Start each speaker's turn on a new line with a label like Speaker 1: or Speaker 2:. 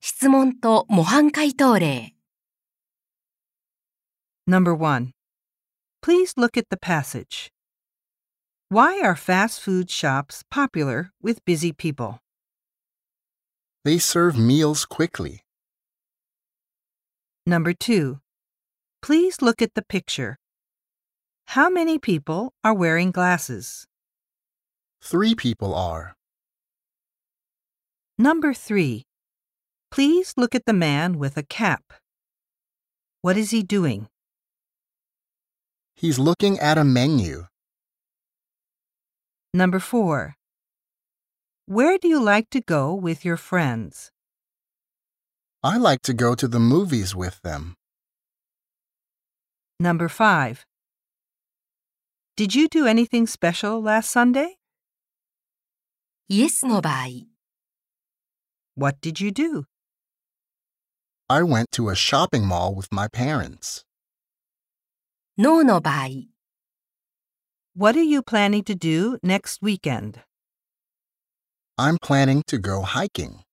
Speaker 1: 質問と模範解答例
Speaker 2: Number 1. Please look at the passage. Why are fast food shops popular with busy people?
Speaker 3: They serve meals quickly.
Speaker 2: Number 2. Please look at the picture. How many people are wearing glasses?
Speaker 3: Three people are.
Speaker 2: Number 3. Please look at the man with a cap. What is he doing?
Speaker 3: He's looking at a menu.
Speaker 2: Number 4. Where do you like to go with your friends?
Speaker 3: I like to go to the movies with them.
Speaker 2: Number 5. Did you do anything special last Sunday?
Speaker 1: イエスの場合
Speaker 2: What did you do?
Speaker 3: I went to a shopping mall with my parents.
Speaker 1: ノーの場合
Speaker 2: What are you planning to do next weekend?
Speaker 3: I'm planning to go hiking.